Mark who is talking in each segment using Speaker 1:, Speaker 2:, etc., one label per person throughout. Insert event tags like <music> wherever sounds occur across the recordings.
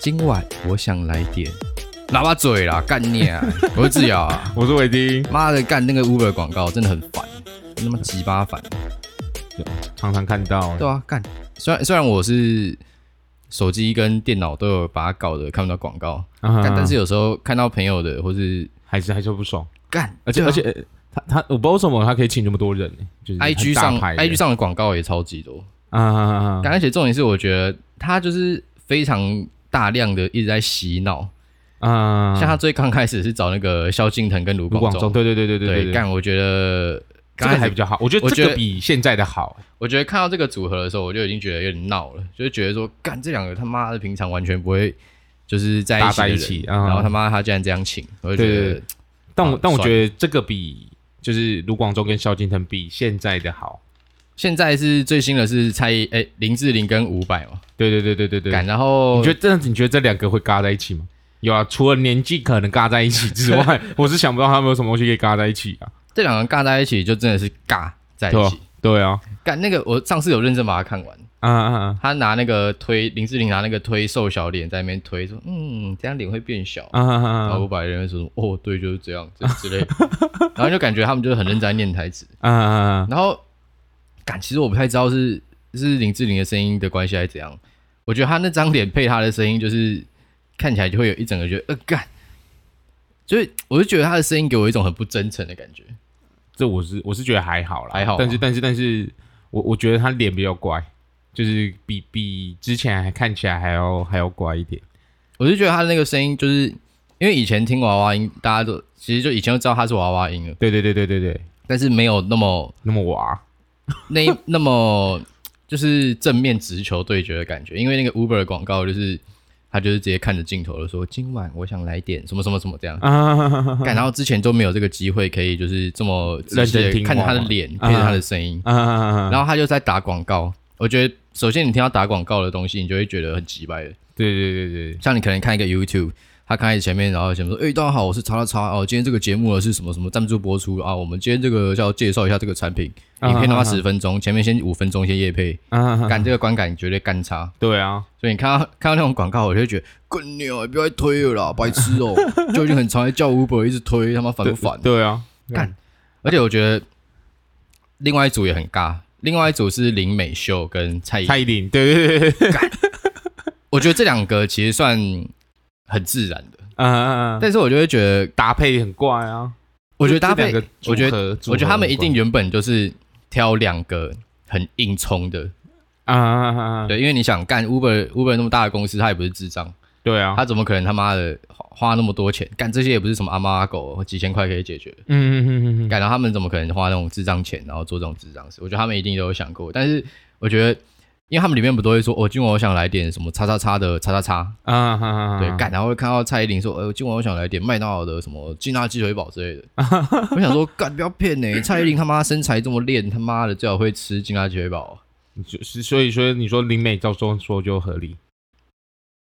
Speaker 1: 今晚我想来点喇叭嘴啦，干你啊！ <laughs> 我是志尧啊，
Speaker 2: 我是伟丁，
Speaker 1: 妈的干那个 Uber 广告真的很烦，那么鸡巴烦。
Speaker 2: 常常看到。
Speaker 1: 对啊，干。虽然虽然我是手机跟电脑都有把它搞得看不到广告，
Speaker 2: 啊
Speaker 1: 但但是有时候看到朋友的或是
Speaker 2: 还是还是不爽，
Speaker 1: 干，
Speaker 2: 而且、
Speaker 1: 对啊
Speaker 2: 而且呃他他我不知道为什么他可以请这么多人，就是很
Speaker 1: IG
Speaker 2: 大
Speaker 1: 上
Speaker 2: 牌的
Speaker 1: IG 上的广告也超级多。
Speaker 2: 啊啊啊啊
Speaker 1: 干而且重点是，我觉得他就是非常大量的一直在洗脑，
Speaker 2: 啊啊，
Speaker 1: 像他最刚开始是找那个萧敬腾跟卢
Speaker 2: 卢
Speaker 1: 广
Speaker 2: 广仲，
Speaker 1: 仲，
Speaker 2: 对对对对对
Speaker 1: 对，
Speaker 2: 对，
Speaker 1: 干，我觉得
Speaker 2: 这
Speaker 1: 刚
Speaker 2: 个
Speaker 1: 开
Speaker 2: 还
Speaker 1: 始
Speaker 2: 比较好，我觉得
Speaker 1: 我
Speaker 2: 这
Speaker 1: 觉
Speaker 2: 个
Speaker 1: 得
Speaker 2: 比现在的好，
Speaker 1: 我觉得看到这个组合的时候，我就已经觉得有点闹了，就是觉得说，干这两个他妈的平常完全不会就是在一起的人
Speaker 2: 搭在一起嗯
Speaker 1: 然后他妈他竟然这样请，我就觉
Speaker 2: 对
Speaker 1: 得
Speaker 2: 对但我、
Speaker 1: 啊
Speaker 2: 但我
Speaker 1: 算
Speaker 2: 觉得这个比就是卢广仲跟萧敬腾比现在的好，
Speaker 1: 现在是最新的是蔡依哎、林志玲跟伍佰嘛，
Speaker 2: 对对对对对对。
Speaker 1: 干，然后
Speaker 2: 你觉得这样子，你觉得这两个会嘎在一起吗？有啊，除了年纪可能嘎在一起之
Speaker 1: <laughs>
Speaker 2: 外，我是想不到他们有什么东西可以嘎在一起啊。
Speaker 1: 这两个人尬在一起就真的是尬在
Speaker 2: 对
Speaker 1: 一
Speaker 2: 啊
Speaker 1: 起，，
Speaker 2: 对啊，
Speaker 1: 干那个我上次有认真把它看完。
Speaker 2: 啊啊啊
Speaker 1: 他拿那个推林志玲拿那个推瘦小脸在那边推，说嗯，这样脸会变小。
Speaker 2: 啊啊啊
Speaker 1: 然后伍佰人说哦，对，就是这样，这之类
Speaker 2: <laughs>
Speaker 1: 的。然后就感觉他们就是很认真在念台词。
Speaker 2: 啊啊！
Speaker 1: 然后，感其实我不太知道是是林志玲的声音的关系还是怎样。我觉得他那张脸配他的声音，就是看起来就会有一整个觉得呃干，就是我就觉得他的声音给我一种很不真诚的感觉。
Speaker 2: 这我是我是觉得还好啦，
Speaker 1: 还好
Speaker 2: 但是
Speaker 1: 吗
Speaker 2: 但是但是我我觉得他脸比较乖，就是比比之前还看起来还要还要乖一点。
Speaker 1: 我就觉得他的那个声音，就是因为以前听娃娃音，大家都其实就以前就知道他是娃娃音了，
Speaker 2: 对对对对对对，
Speaker 1: 但是没有那么
Speaker 2: 那么娃，
Speaker 1: 那一 <laughs> 那么就是正面直球对决的感觉，因为那个 Uber 的广告就是他就是直接看着镜头就说今晚我想来点什么什么什么这样，
Speaker 2: 啊
Speaker 1: <laughs> 干然后之前都没有这个机会可以就是这么直
Speaker 2: 认真
Speaker 1: 接
Speaker 2: 听
Speaker 1: 看着他的
Speaker 2: 话嘛
Speaker 1: 脸
Speaker 2: 啊
Speaker 1: 配着他的声音，
Speaker 2: 啊
Speaker 1: 然
Speaker 2: 后
Speaker 1: 后他就在打广告。我觉得首先你听到打广告的东西，你就会觉得很奇怪的，
Speaker 2: 对对对对，
Speaker 1: 像你可能看一个 YouTube。他看在前面，然后前面说：“哎、大家好，我是叉叉叉哦，今天这个节目呢是什么什么赞助播出啊？我们今天这个要介绍一下这个产品，
Speaker 2: 啊
Speaker 1: 影片的话
Speaker 2: 啊啊
Speaker 1: 十分钟，前面先五分钟先夜配，
Speaker 2: 啊
Speaker 1: 干这个观感绝对干差。
Speaker 2: 对啊，
Speaker 1: 所以你看到看到那种广告，我就会觉得滚牛，你不要再推了啦，白痴哦、就已经很常在叫 Uber 一直推，他妈烦不烦？
Speaker 2: 对啊，
Speaker 1: 干而且我觉得另外一组也很尬，另外一组是林美秀跟蔡依，
Speaker 2: 蔡依林，对对对对，
Speaker 1: 我觉得这两个其实算很自然的，
Speaker 2: 啊啊，
Speaker 1: 但是我就会觉得，
Speaker 2: 搭配很怪啊，
Speaker 1: 我觉得搭配
Speaker 2: 这两个，组合
Speaker 1: 我觉得
Speaker 2: 组合
Speaker 1: 我觉得他们一定
Speaker 2: 很
Speaker 1: 原本就是挑两个很硬冲的，
Speaker 2: 怪啊啊啊啊，
Speaker 1: 对，因为你想干 Uber Uber 那么大的公司，他也不是智障。
Speaker 2: 对啊，
Speaker 1: 他怎么可能他妈的花花那么多钱？干这些也不是什么阿猫阿狗几千块可以解决的。
Speaker 2: 嗯嗯嗯嗯嗯，
Speaker 1: 干到他们怎么可能花那种智障钱，然后做这种智障事？我觉得他们一定都有想过，但是我觉得，因为他们里面不都会说，哦，今晚我想来点什么叉叉叉的叉叉叉，
Speaker 2: 啊啊啊，
Speaker 1: 对，干，然后看到蔡依林说，呃，今晚我想来点麦当劳的什么劲辣鸡腿堡之类的。我想说，干，不要骗呢、蔡依林他妈身材这么练，他妈的最好会吃劲辣鸡腿堡，
Speaker 2: 就是所以说你说林美照这么说就合理，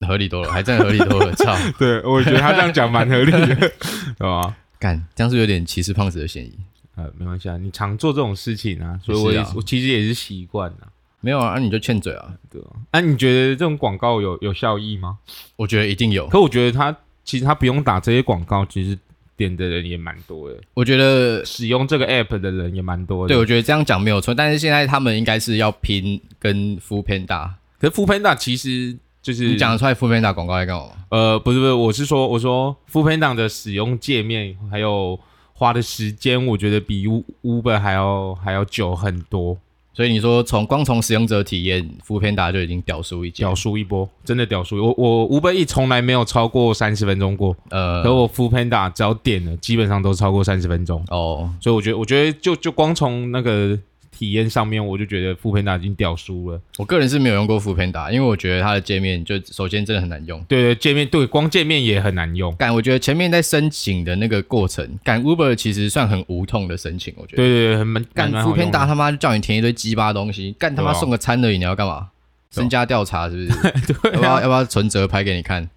Speaker 1: 合理多了，还真的合理多了，操！ <laughs>
Speaker 2: <laughs> 对，我觉得他这样讲蛮合理 <laughs> 的，对吧？
Speaker 1: 干，这样是不是有点歧视胖子的嫌疑。
Speaker 2: 呃，没关系啊，你常做这种事情啊，所以我
Speaker 1: 是
Speaker 2: 也、
Speaker 1: 啊
Speaker 2: 我其实也是习惯了，
Speaker 1: 没有啊，那、你就欠嘴啊。
Speaker 2: 对啊。啊，你觉得这种广告有有效益吗？
Speaker 1: 我觉得一定有。
Speaker 2: 可我觉得他其实他不用打这些广告，其实点的人也蛮多的，
Speaker 1: 我觉得，
Speaker 2: 使用这个 app 的人也蛮多的。
Speaker 1: 对我觉得这样讲没有错，但是现在他们应该是要拼跟 f o o Panda。
Speaker 2: 可是 f o o Panda 其实就是
Speaker 1: 你讲得出来 f o o Panda 广告在干嘛？
Speaker 2: 呃，不是不是，我是说我说 f o o Panda 的使用界面还有花的时间，我觉得比 U- Uber 还要还要久很多，
Speaker 1: 所以你说从光从使用者体验 f o o Panda 就已经屌输一截
Speaker 2: 屌。输一波，真的屌输一波。我我 Uber E 从来没有超过三十分钟过。
Speaker 1: 呃
Speaker 2: 可，我 f o o Panda 只要点了，基本上都超过三十分钟，
Speaker 1: 哦，
Speaker 2: 所以我觉得，我觉得就就光从那个体验上面，我就觉得 f o o Panda 已经屌输了。
Speaker 1: 我个人是没有用过 f o o Panda，因为我觉得它的界面就首先真的很难用。
Speaker 2: 对对，界面对光界面也很难用。
Speaker 1: 干，我觉得前面在申请的那个过程，干 Uber 其实算很无痛的申请，我觉得。
Speaker 2: 对对对，很蛮
Speaker 1: 干 f
Speaker 2: 蛮
Speaker 1: o
Speaker 2: 好
Speaker 1: o Panda
Speaker 2: 用的。
Speaker 1: 他妈就叫你填一堆鸡巴东西，干他妈
Speaker 2: 对啊
Speaker 1: 送个餐而已，你要干嘛？
Speaker 2: 对啊啊
Speaker 1: 身家调查是不
Speaker 2: <laughs>
Speaker 1: 是？要不要要不要存折拍给你看？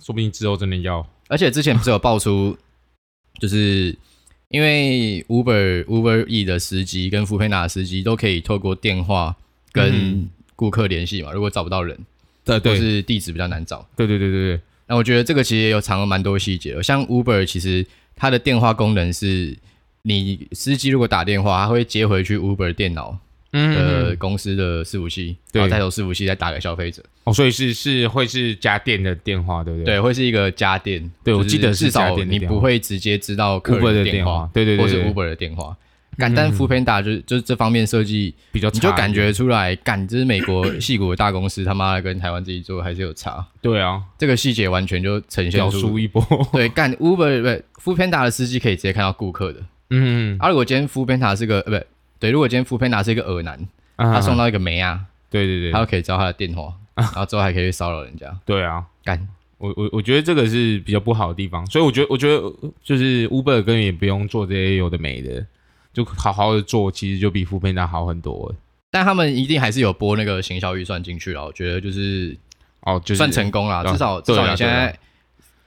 Speaker 2: 说不定之后真的要。
Speaker 1: 而且之前不是有爆出， <laughs> 就是因为 Uber Uber E 的司机跟 f o o p a n d a 的司机都可以透过电话跟顾客联系嘛，如果找不到人，
Speaker 2: 嗯对
Speaker 1: 或
Speaker 2: 对对
Speaker 1: 是地址比较难找。
Speaker 2: 对对对对，
Speaker 1: 那我觉得这个其实也有藏了蛮多细节的，像 Uber 其实它的电话功能是，你司机如果打电话，他会接回去 Uber 电脑
Speaker 2: 嗯
Speaker 1: 的
Speaker 2: 嗯，嗯
Speaker 1: 公司的伺服器，
Speaker 2: 对
Speaker 1: 然后再由伺服器再打给消费者，
Speaker 2: 哦，所以是是会是家电的电话，对不对？
Speaker 1: 对，会是一个家电。
Speaker 2: 对
Speaker 1: 就是
Speaker 2: 我记得是
Speaker 1: 至
Speaker 2: 家
Speaker 1: 少
Speaker 2: 电的
Speaker 1: 你
Speaker 2: 电话
Speaker 1: 不会直接知道客人
Speaker 2: Uber 的
Speaker 1: 电
Speaker 2: 电话对对对
Speaker 1: 或是
Speaker 2: 对
Speaker 1: Uber 的电话。干单 f o o Panda 就是就是这方面设计，
Speaker 2: 比较
Speaker 1: 你就
Speaker 2: 差
Speaker 1: 感觉出来，干这是美
Speaker 2: <laughs>
Speaker 1: 国戏骨的大公司，他妈的跟台湾自己做还是有差。
Speaker 2: 对啊，
Speaker 1: 这个细节完全就呈现
Speaker 2: 屌
Speaker 1: 出
Speaker 2: 输一波， <laughs>
Speaker 1: 对，干 Uber 不 f o o Panda 的司机可以直接看到顾客的。
Speaker 2: 嗯，
Speaker 1: 啊，如果今天 f o o Panda 是个呃不对，如果今天 f o o Panda 是一个耳男，他
Speaker 2: 他
Speaker 1: 送到一个梅啊，
Speaker 2: 嗯对对
Speaker 1: 他
Speaker 2: 对
Speaker 1: 就可以知道他的电话，
Speaker 2: 嗯
Speaker 1: 然后之后还可以去骚扰人家。
Speaker 2: 对啊，
Speaker 1: 干，
Speaker 2: 我我我觉得这个是比较不好的地方，所以我觉得我觉得就是 Uber 根本也不用做这些有的没的，就好好的做，其实就比 f o o 好很多欸了
Speaker 1: 但他们一定还是有拨那个行销预算进去了，我觉得就是
Speaker 2: 哦，就是
Speaker 1: 算成功啦，
Speaker 2: 对啊
Speaker 1: 至少至
Speaker 2: 对啊
Speaker 1: 少你现
Speaker 2: 对啊
Speaker 1: 在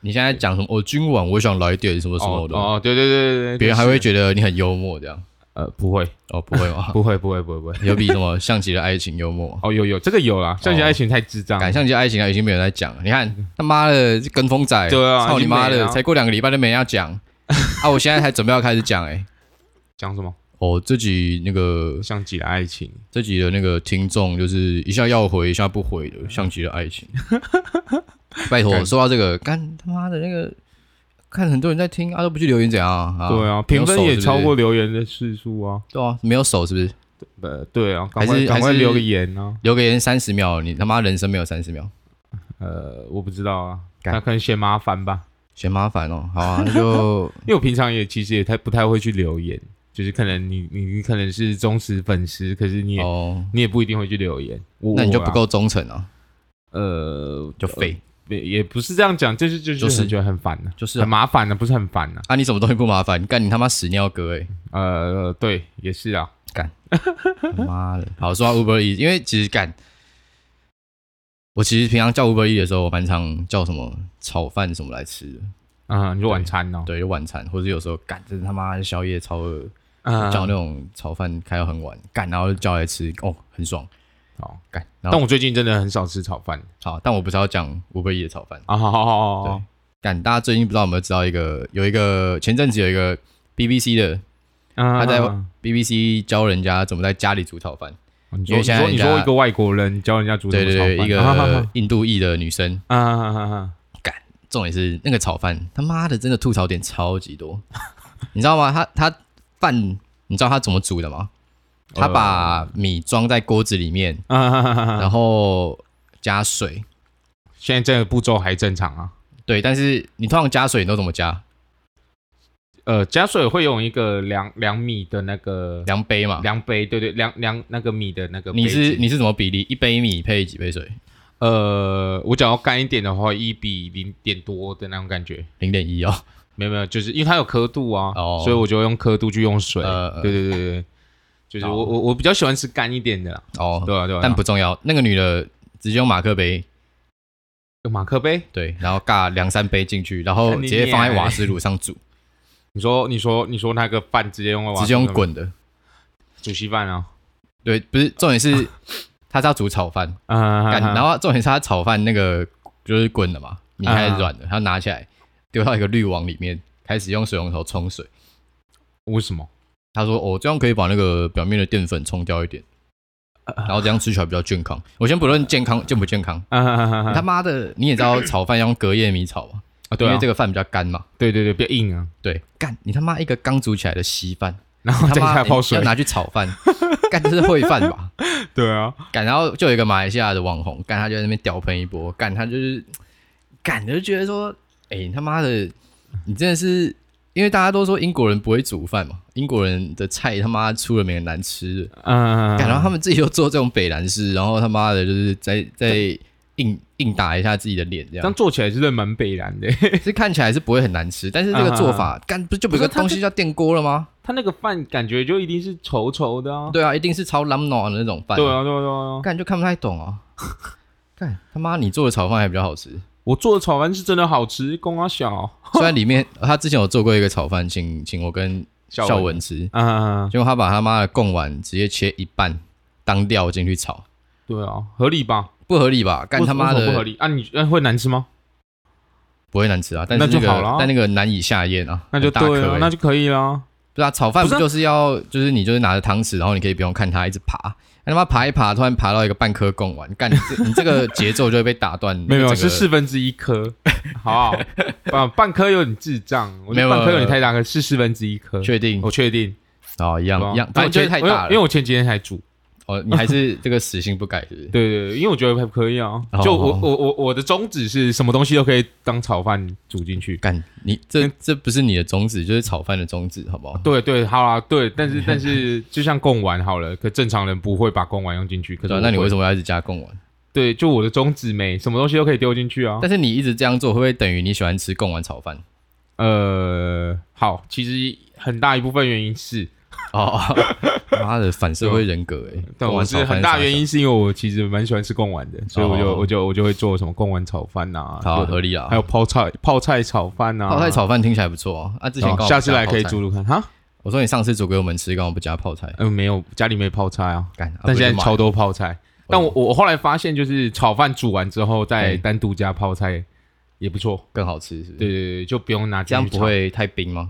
Speaker 1: 你现在讲什么，我今晚我想来点什么什么
Speaker 2: 哦
Speaker 1: 的，
Speaker 2: 哦，对对对对对，
Speaker 1: 别人还会觉得你很幽默这样。
Speaker 2: 呃不会
Speaker 1: 哦，不会
Speaker 2: <laughs>
Speaker 1: 吗？
Speaker 2: 不会不会不会不会，
Speaker 1: 有比什么象棋的爱情幽默吗？
Speaker 2: 哦有有这个有啦，象棋爱情太智障了，
Speaker 1: 感象级爱情啊，已经没有人在讲了。你看他妈的这跟风仔，
Speaker 2: 对啊
Speaker 1: 操
Speaker 2: 已
Speaker 1: 你
Speaker 2: 经没
Speaker 1: 妈的，
Speaker 2: 了
Speaker 1: 才过两个礼拜都没人要讲啊！我现在才准备要开始讲哎、
Speaker 2: 讲什么
Speaker 1: 哦，这集那个
Speaker 2: 象棋的爱情，
Speaker 1: 这集的那个听众就是一下要回，一下不回的，像极了爱情。 <laughs> 拜托，
Speaker 2: 嗯干
Speaker 1: 说到这个，干他妈的那个，看很多人在听啊，都不去留言怎样啊？
Speaker 2: 对啊，
Speaker 1: 没有
Speaker 2: 评分
Speaker 1: 手是
Speaker 2: 也
Speaker 1: 不是
Speaker 2: 超过留言的次数啊，
Speaker 1: 对啊，没有手是不是？
Speaker 2: 呃对啊，赶
Speaker 1: 还
Speaker 2: 快
Speaker 1: 是
Speaker 2: 赶快
Speaker 1: 还是
Speaker 2: 留个言啊，
Speaker 1: 留个言三十秒，你他妈人生没有三十秒，
Speaker 2: 呃我不知道啊，
Speaker 1: 干
Speaker 2: 那可能嫌麻烦吧。
Speaker 1: 嫌麻烦哦。好
Speaker 2: <laughs>
Speaker 1: 啊，那就
Speaker 2: 因为我平常也其实也太不太会去留言，就是可能你你你可能是忠实粉丝，可是你也、
Speaker 1: 哦，
Speaker 2: 你也不一定会去留言。我
Speaker 1: 那你就
Speaker 2: 我
Speaker 1: 不
Speaker 2: 啦
Speaker 1: 够忠诚啊，
Speaker 2: 呃，
Speaker 1: 就废。
Speaker 2: 也也不是这样讲，就是就是
Speaker 1: 就是
Speaker 2: 很觉得很烦呢、
Speaker 1: 就是啊
Speaker 2: 很麻烦呢、不是很烦呢、
Speaker 1: 啊，你什么东西不麻烦？干你他妈屎尿哥哎、
Speaker 2: 呃，对，也是啊， <laughs>
Speaker 1: 他妈的！好，说到 Uber E，因为其实干，我其实平常叫 Uber E 的时候，我蛮常叫什么炒饭什么来吃的，
Speaker 2: 啊、你说晚餐哦，
Speaker 1: 对，就晚餐，或者有时候干真的他妈宵夜超饿，
Speaker 2: 嗯，
Speaker 1: 叫那种炒饭开到很晚，干然后就叫来吃，哦，很爽，
Speaker 2: 好。
Speaker 1: 干。然
Speaker 2: 哦但
Speaker 1: 后
Speaker 2: 我最近真的很少吃炒饭
Speaker 1: 好，但我不是要讲 Uber E 的炒饭，
Speaker 2: 啊，好好好好好
Speaker 1: 对，干大家最近不知道有没有知道一个，有一个前阵子有一个 BBC 的
Speaker 2: 嗯
Speaker 1: 他在
Speaker 2: 嗯
Speaker 1: BBC 教人家怎么在家里煮炒饭，
Speaker 2: 嗯
Speaker 1: 因为
Speaker 2: 你
Speaker 1: 现
Speaker 2: 说
Speaker 1: 在
Speaker 2: 你说
Speaker 1: 人
Speaker 2: 你说
Speaker 1: 家
Speaker 2: 一个外国人教人家煮什
Speaker 1: 对
Speaker 2: 么
Speaker 1: 对
Speaker 2: 炒
Speaker 1: 对，
Speaker 2: 饭，
Speaker 1: 一个
Speaker 2: 啊啊 <laughs>
Speaker 1: 印度裔的女生。
Speaker 2: 啊啊啊啊，
Speaker 1: 重点是那个炒饭，他妈的真的吐槽点超级多， <laughs> 你知道吗？他他饭，你知道他怎么煮的吗？
Speaker 2: 哦
Speaker 1: 他把米装在锅子里面，
Speaker 2: 啊啊啊啊啊
Speaker 1: 然后加水。
Speaker 2: 现在这个步骤还正常啊。
Speaker 1: 对，但是你通常加水你都怎么加？
Speaker 2: 呃，加水会用一个两两米的那个
Speaker 1: 量杯嘛？
Speaker 2: 量杯，对对，量量那个米的那个杯
Speaker 1: 你
Speaker 2: 子。
Speaker 1: 是你是什么比例？一杯米配几杯水？
Speaker 2: 呃，我只要干一点的话，一比零点多的那种感觉。
Speaker 1: 零点一
Speaker 2: <laughs>
Speaker 1: 哦。
Speaker 2: 没有没有，就是因为它有刻度啊，
Speaker 1: 哦
Speaker 2: 所以我就用刻度去用水。
Speaker 1: 呃呃
Speaker 2: 对对对对，就是我
Speaker 1: 哦
Speaker 2: 我我比较喜欢吃干一点的啦。
Speaker 1: 哦，
Speaker 2: 对啊对啊，
Speaker 1: 但不重要。那个女的直接用马克杯，
Speaker 2: 有马克杯。
Speaker 1: 对，然后尬两三杯进去，然后直接放在瓦斯炉上
Speaker 2: <laughs>
Speaker 1: 煮，
Speaker 2: 你说你说你说那个饭直接用
Speaker 1: 直接用滚的。
Speaker 2: 煮稀饭啊，
Speaker 1: 对，不是重点
Speaker 2: <laughs>
Speaker 1: 是他是要煮炒饭，
Speaker 2: 嗯，
Speaker 1: 干，然
Speaker 2: 后
Speaker 1: 后重点是他炒饭那个就是滚的嘛，米开始
Speaker 2: 啊
Speaker 1: 软的，他拿起来丢到一个滤网里面，开始用水龙头冲水。
Speaker 2: 为什么？
Speaker 1: 他说：“哦，这样可以把那个表面的淀粉冲掉一点，然后这样吃起来比较健康。我先不论健康健不健康，
Speaker 2: 啊
Speaker 1: 他妈的，你也知道炒饭要用隔夜米炒嘛，
Speaker 2: 对
Speaker 1: 因
Speaker 2: 啊
Speaker 1: 为这，个饭比较干嘛。
Speaker 2: 对对对，比较硬啊，
Speaker 1: 对，干你他妈一个刚煮起来的稀
Speaker 2: <laughs>
Speaker 1: 饭，
Speaker 2: 然后
Speaker 1: 他
Speaker 2: 再
Speaker 1: 妈
Speaker 2: 开泡
Speaker 1: 你
Speaker 2: 水
Speaker 1: 要，拿去炒饭，干这是烩饭吧？
Speaker 2: 对啊，
Speaker 1: 干，然后就有一个马来西亚的网红，干他就在那边屌喷一波，干他就是，干就觉得说，哎、你他妈的，你真的是，因为大家都说英国人不会煮饭嘛，英国人的菜他妈出了名的难吃的，
Speaker 2: 嗯，
Speaker 1: 干，然后他们自己又做这种北兰式，然后他妈的就是
Speaker 2: <laughs>
Speaker 1: 在在硬硬打一下自己的脸，这
Speaker 2: 这样
Speaker 1: 样
Speaker 2: 做起来真的蛮北然的。
Speaker 1: 是看起来是不会很难吃，但是这个做法，干不是就有
Speaker 2: 不
Speaker 1: 个
Speaker 2: 是他
Speaker 1: 东西叫电锅了吗？
Speaker 2: <laughs> 啊他那个饭感觉就一定是稠稠的啊。
Speaker 1: 对啊，一定是超 l a m n o 的那种饭，
Speaker 2: 对啊，对啊，对啊。
Speaker 1: 干就看不太懂啊，干他妈你做的炒饭还比较好吃。
Speaker 2: 我做的炒饭是真的好吃，公啊小
Speaker 1: 虽然里面呃他之前有做过一个炒饭，请请我跟孝文吃，
Speaker 2: 啊，
Speaker 1: 结果他把他妈的贡丸直接切一半，当调进去炒，
Speaker 2: 对啊，合理吧？
Speaker 1: 不合理吧？干
Speaker 2: 为
Speaker 1: 他妈
Speaker 2: 为什么
Speaker 1: 的
Speaker 2: 不合理啊！你那会难吃吗？
Speaker 1: 不会难吃啊，但是
Speaker 2: 那就
Speaker 1: 那
Speaker 2: 好
Speaker 1: 个
Speaker 2: 了啊
Speaker 1: 但那个难以下咽啊，
Speaker 2: 那就
Speaker 1: 很大
Speaker 2: 对
Speaker 1: 颗
Speaker 2: 了，
Speaker 1: 欸
Speaker 2: 那就可以啦。
Speaker 1: 对啊，炒饭
Speaker 2: 不是
Speaker 1: 不
Speaker 2: 啊
Speaker 1: 就是要就是你就是拿着汤匙，然后你可以不用看它一直爬，那他妈爬一爬，突然爬到一个半颗贡丸，干你这你这个节奏就会被打断。
Speaker 2: <laughs> 没有，啊
Speaker 1: 你整
Speaker 2: 是
Speaker 1: 个
Speaker 2: 四分之一
Speaker 1: <laughs>
Speaker 2: 颗，好不好？啊，半颗有点智障，我觉
Speaker 1: 没有
Speaker 2: 得
Speaker 1: 没有
Speaker 2: 半颗有点
Speaker 1: 没有
Speaker 2: 太大颗，是四分之一颗，
Speaker 1: 确定
Speaker 2: 我确定。
Speaker 1: 哦，一
Speaker 2: 对啊
Speaker 1: 样一样，反
Speaker 2: 但我
Speaker 1: 正就
Speaker 2: 前
Speaker 1: 是太
Speaker 2: 我有
Speaker 1: 大
Speaker 2: 因为
Speaker 1: 了。
Speaker 2: 我前几天才煮。
Speaker 1: 哦，你还是这个死性不改是不是？
Speaker 2: 对对，对因为我觉得还可以啊。
Speaker 1: 哦
Speaker 2: 就我我我我的宗旨是什么东西都可以当炒饭煮进去。
Speaker 1: 干你这
Speaker 2: 嗯
Speaker 1: 这不是你的宗旨，就是炒饭的宗旨，好不好？
Speaker 2: 对对，好啦，对，但是
Speaker 1: <laughs>
Speaker 2: 但是就像贡丸好了，可正常人不会把贡丸用进去。可是
Speaker 1: 对啊，那你为什
Speaker 2: 么？
Speaker 1: 么要一直加贡
Speaker 2: 啊
Speaker 1: 丸？
Speaker 2: 对，就我的宗旨没，什么东西都可以丢进去啊。
Speaker 1: 但是你一直这样做，会不会等于你喜欢吃贡丸炒饭？
Speaker 2: 呃，好，其实很大一部分原因是，
Speaker 1: 哦，
Speaker 2: <laughs>
Speaker 1: 妈的反社会人格哎！贡
Speaker 2: 但啊我
Speaker 1: 丸炒
Speaker 2: 是
Speaker 1: 饭
Speaker 2: 很大原
Speaker 1: 啥
Speaker 2: 因是因为我其实蛮喜欢吃贡丸的，所以我就
Speaker 1: 哦
Speaker 2: 我就我就会做什么贡丸炒饭呐，
Speaker 1: 小，好
Speaker 2: 有的
Speaker 1: 合理啊
Speaker 2: 还。有泡菜泡菜炒饭呐，
Speaker 1: 泡菜炒饭听起来不错啊，啊，之前
Speaker 2: 哦
Speaker 1: 刚好
Speaker 2: 下
Speaker 1: 不
Speaker 2: 次
Speaker 1: 加
Speaker 2: 来
Speaker 1: 泡
Speaker 2: 可以
Speaker 1: 菜
Speaker 2: 煮煮看哈。
Speaker 1: 我说你上次煮给我们吃，刚好不加泡菜，
Speaker 2: 嗯、没有，家里没泡菜啊，
Speaker 1: 干，啊
Speaker 2: 但现在，
Speaker 1: 不
Speaker 2: 超
Speaker 1: 是
Speaker 2: 多泡菜。
Speaker 1: 嗯
Speaker 2: 但我我我后来发现，就是炒饭煮完之后再单独加泡菜也不错。
Speaker 1: 买更好吃，是不是？
Speaker 2: 对对对，就不用拿
Speaker 1: 嗯这
Speaker 2: 进
Speaker 1: 样
Speaker 2: 去
Speaker 1: 不
Speaker 2: 炒
Speaker 1: 会太冰吗？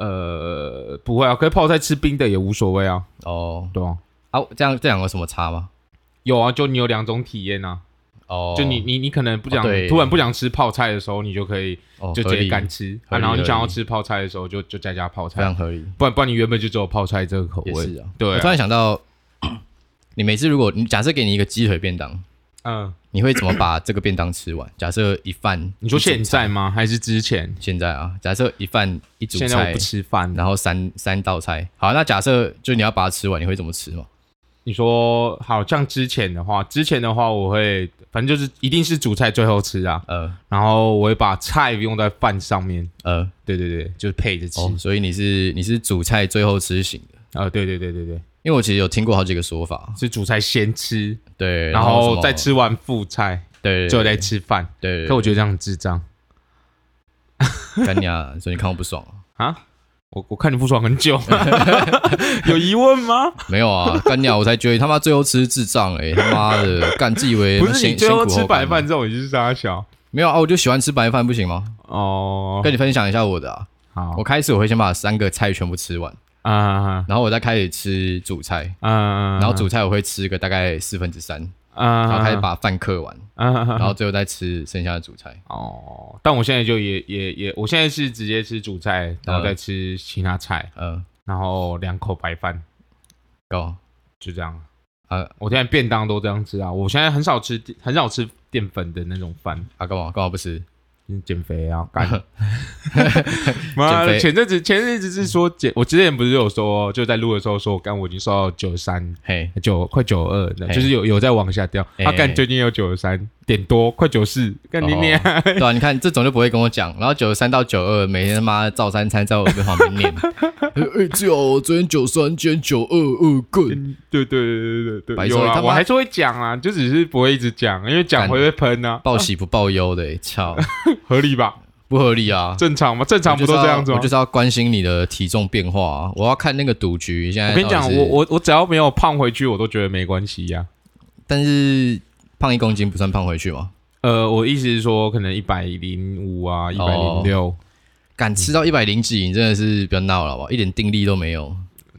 Speaker 2: 呃不会啊，可是泡菜吃冰的也无所谓啊，
Speaker 1: 哦，
Speaker 2: 对啊，
Speaker 1: 啊，这样这两个有什么差吗？
Speaker 2: 有啊，就你有两种体验啊，
Speaker 1: 哦，
Speaker 2: 就你你你可能不想、
Speaker 1: 哦对
Speaker 2: 突然不想吃泡菜的时候，你就可以
Speaker 1: 哦
Speaker 2: 就
Speaker 1: 合
Speaker 2: 直接
Speaker 1: 理，
Speaker 2: 干吃
Speaker 1: 合
Speaker 2: 啊，
Speaker 1: 理
Speaker 2: 然后你
Speaker 1: 合
Speaker 2: 想要
Speaker 1: 理
Speaker 2: 吃泡菜的时候就就再加泡
Speaker 1: 非
Speaker 2: 菜，
Speaker 1: 常合理，
Speaker 2: 不然不然你原本就只有泡菜这个口
Speaker 1: 也
Speaker 2: 味
Speaker 1: 是，啊。
Speaker 2: 对啊
Speaker 1: 我突然想到， <clears throat> 你每次如果你假设给你一个鸡腿便当，
Speaker 2: 嗯，
Speaker 1: 你会怎么把这个便当吃完？假设一饭，
Speaker 2: 你说
Speaker 1: 一
Speaker 2: 现
Speaker 1: 组菜
Speaker 2: 在吗？还是之前？
Speaker 1: 现在啊，假设一饭一主
Speaker 2: 现在我
Speaker 1: 菜
Speaker 2: 不，吃饭，
Speaker 1: 然后三三道菜，好，那假设就你要把它吃完，你会怎么吃吗？
Speaker 2: 你说好像之前的话，之前的话我会，反正就是一定是主菜最后吃啊，
Speaker 1: 呃
Speaker 2: 然后我会把菜用在饭上面，
Speaker 1: 呃，
Speaker 2: 对对对，就是配着吃，
Speaker 1: 哦，所以你是你是主菜最后吃型的，
Speaker 2: 啊，对对对对对，
Speaker 1: 因为我其实有听过好几个说法，
Speaker 2: 是主菜先吃，
Speaker 1: 对，
Speaker 2: 然
Speaker 1: 后什
Speaker 2: 后
Speaker 1: 么
Speaker 2: 再，吃完副菜，
Speaker 1: 对，
Speaker 2: 最后再吃饭。
Speaker 1: 对，
Speaker 2: 可我觉得这样很智障
Speaker 1: 干你啊，所以你看我不爽啊，
Speaker 2: 啊！我我看你不爽很久，有疑问吗？
Speaker 1: 没有啊，干你啊，我才觉得他妈最后吃智障哎、他妈的，干自以为
Speaker 2: 不是你
Speaker 1: 先
Speaker 2: 最后
Speaker 1: 先苦
Speaker 2: 吃
Speaker 1: 后
Speaker 2: 白
Speaker 1: 甘
Speaker 2: 饭
Speaker 1: 吗，
Speaker 2: 之后，你就是傻小
Speaker 1: 没有啊，我就喜欢吃白饭，不行吗？
Speaker 2: 哦。
Speaker 1: 跟你分享一下我的啊，
Speaker 2: 好
Speaker 1: 我开始我会先把三个菜全部吃完，
Speaker 2: 啊啊
Speaker 1: 然后我再开始吃主菜，
Speaker 2: 啊，
Speaker 1: 然后主菜我会吃个大概四分之三，
Speaker 2: 啊，
Speaker 1: 然后开始把饭嗑完，然
Speaker 2: 啊
Speaker 1: 后最后再吃剩下的主菜。
Speaker 2: 哦，但我现在就也也也，我现在是直接吃主菜，然后再吃其他菜，
Speaker 1: 嗯，
Speaker 2: 然后两口白饭，
Speaker 1: 够
Speaker 2: 就这样。
Speaker 1: 啊
Speaker 2: 我现在便当都这样吃啊，我现在很少吃很少吃淀粉的那种饭，
Speaker 1: 啊，干嘛干嘛不吃？
Speaker 2: 嗯减肥
Speaker 1: <laughs>
Speaker 2: 啊，干。妈
Speaker 1: 减肥嗯
Speaker 2: 的，前阵子前阵子是说减，我之前不是有说，就在录的时候说，干我已经瘦到九三 <laughs>
Speaker 1: 嘿，
Speaker 2: 九快九二，
Speaker 1: 嘿
Speaker 2: 就是有有在往下掉。
Speaker 1: 嘿
Speaker 2: 啊，干最近有九三点多，快九四，干你
Speaker 1: 哎哦
Speaker 2: 娘！
Speaker 1: 对啊，你看这种就不会跟我讲，然后九三到九二每天他妈照三餐在我旁边
Speaker 2: <laughs>
Speaker 1: 念，哎、欸，只有昨天九三，今天九二哦二棍，
Speaker 2: 对对对对对对，
Speaker 1: 嗯白
Speaker 2: 有
Speaker 1: 说
Speaker 2: 啦，
Speaker 1: 他妈
Speaker 2: 我还是会讲啊，就只是不会一直讲，啊因为讲
Speaker 1: 干
Speaker 2: 会被喷
Speaker 1: <laughs>
Speaker 2: 啊，
Speaker 1: 报喜不报忧的、欸，操，
Speaker 2: 合理吧？
Speaker 1: 不合理啊！
Speaker 2: 正常吗？正常不
Speaker 1: 我就
Speaker 2: 都
Speaker 1: 是要
Speaker 2: 这样子哦
Speaker 1: 我
Speaker 2: 吗
Speaker 1: 就？是要关心你的体重变化、啊，我要看那个赌局现在。
Speaker 2: 我跟你讲，我，我我只要没有胖回去，我都觉得没关系啊呀。
Speaker 1: 但是胖一公斤不算胖回去吗？
Speaker 2: 呃，我意思是说，可能一百零五
Speaker 1: 哦
Speaker 2: 啊，一百零六，
Speaker 1: 敢吃到一百零几，你真的是不要闹了，好不好？一点定力都没有，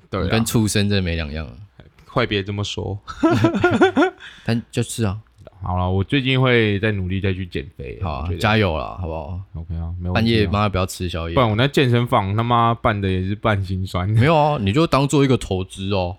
Speaker 2: 对
Speaker 1: 你
Speaker 2: 啊
Speaker 1: 跟，畜生真的没两样啊。
Speaker 2: 快别这么说。
Speaker 1: 但就是啊，
Speaker 2: 好了，我最近会再努力再去减肥。
Speaker 1: 好啊
Speaker 2: 我觉，得
Speaker 1: 加油啦，好不好？
Speaker 2: OK 啊，没有问
Speaker 1: 半
Speaker 2: 题啊
Speaker 1: 夜妈的不要吃宵夜
Speaker 2: 不，然我那健身房他妈办的也是半心
Speaker 1: <laughs>
Speaker 2: 酸。
Speaker 1: 没有啊，你就当做一个投资哦。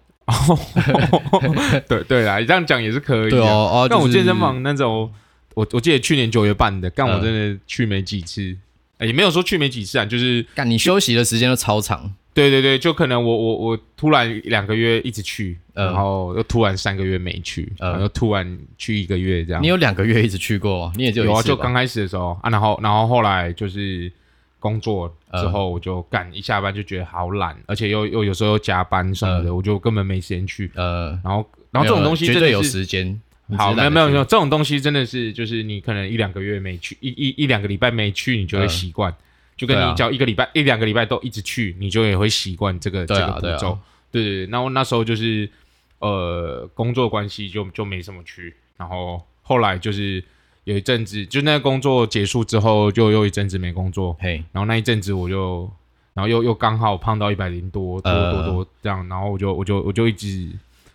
Speaker 2: 对对啦，你这样讲也是可以。
Speaker 1: 对哦，，啊，
Speaker 2: 但我
Speaker 1: 就是
Speaker 2: 健身房那种，我我记得去年九月办的，但我
Speaker 1: 嗯
Speaker 2: 真的去没几次，哎也没有说去没几次啊，就是
Speaker 1: 干，你休息的时间都超长，
Speaker 2: 对对对，就可能我我我突然两个月一直去，
Speaker 1: 嗯
Speaker 2: 然后又突然三个月没去，
Speaker 1: 嗯
Speaker 2: 然后又突然去一个月这样
Speaker 1: 你。有两个月一直去过吗？你也只
Speaker 2: 嗯有
Speaker 1: 一
Speaker 2: 啊，
Speaker 1: 次
Speaker 2: 就
Speaker 1: 吧
Speaker 2: 刚开始的时候啊，然后然后后来就是工作之
Speaker 1: 嗯
Speaker 2: 后，我就干一下班就觉得好懒，而且又又有时候又加班什么的，我就根本没时间去。
Speaker 1: 呃，
Speaker 2: 然后然后这种东西
Speaker 1: 嗯没有绝
Speaker 2: 真
Speaker 1: 对
Speaker 2: 的
Speaker 1: 有
Speaker 2: 是
Speaker 1: 时间。你只
Speaker 2: 好，
Speaker 1: 是
Speaker 2: 没有
Speaker 1: 懒
Speaker 2: 没
Speaker 1: 得
Speaker 2: 有
Speaker 1: 去
Speaker 2: 没有，这种东西真的是就是你可能一两个月没去，一一一两个礼拜没去，你就会
Speaker 1: 嗯
Speaker 2: 习惯。就跟
Speaker 1: 对
Speaker 2: 你
Speaker 1: 啊
Speaker 2: 只要一个礼拜、一两个礼拜都一直去，你就也会习惯这个这
Speaker 1: 对啊
Speaker 2: 个步
Speaker 1: 对啊
Speaker 2: 骤。对对对，那我那时候就是呃工作关系就就没什么去，然后后来就是有一阵子，就那个工作结束之后，就又一阵子没工作，
Speaker 1: 嘿，
Speaker 2: 然后那一阵子我就，然后又又刚好胖到一百零多多多
Speaker 1: 嗯
Speaker 2: 多这样，然后我就我就我就一直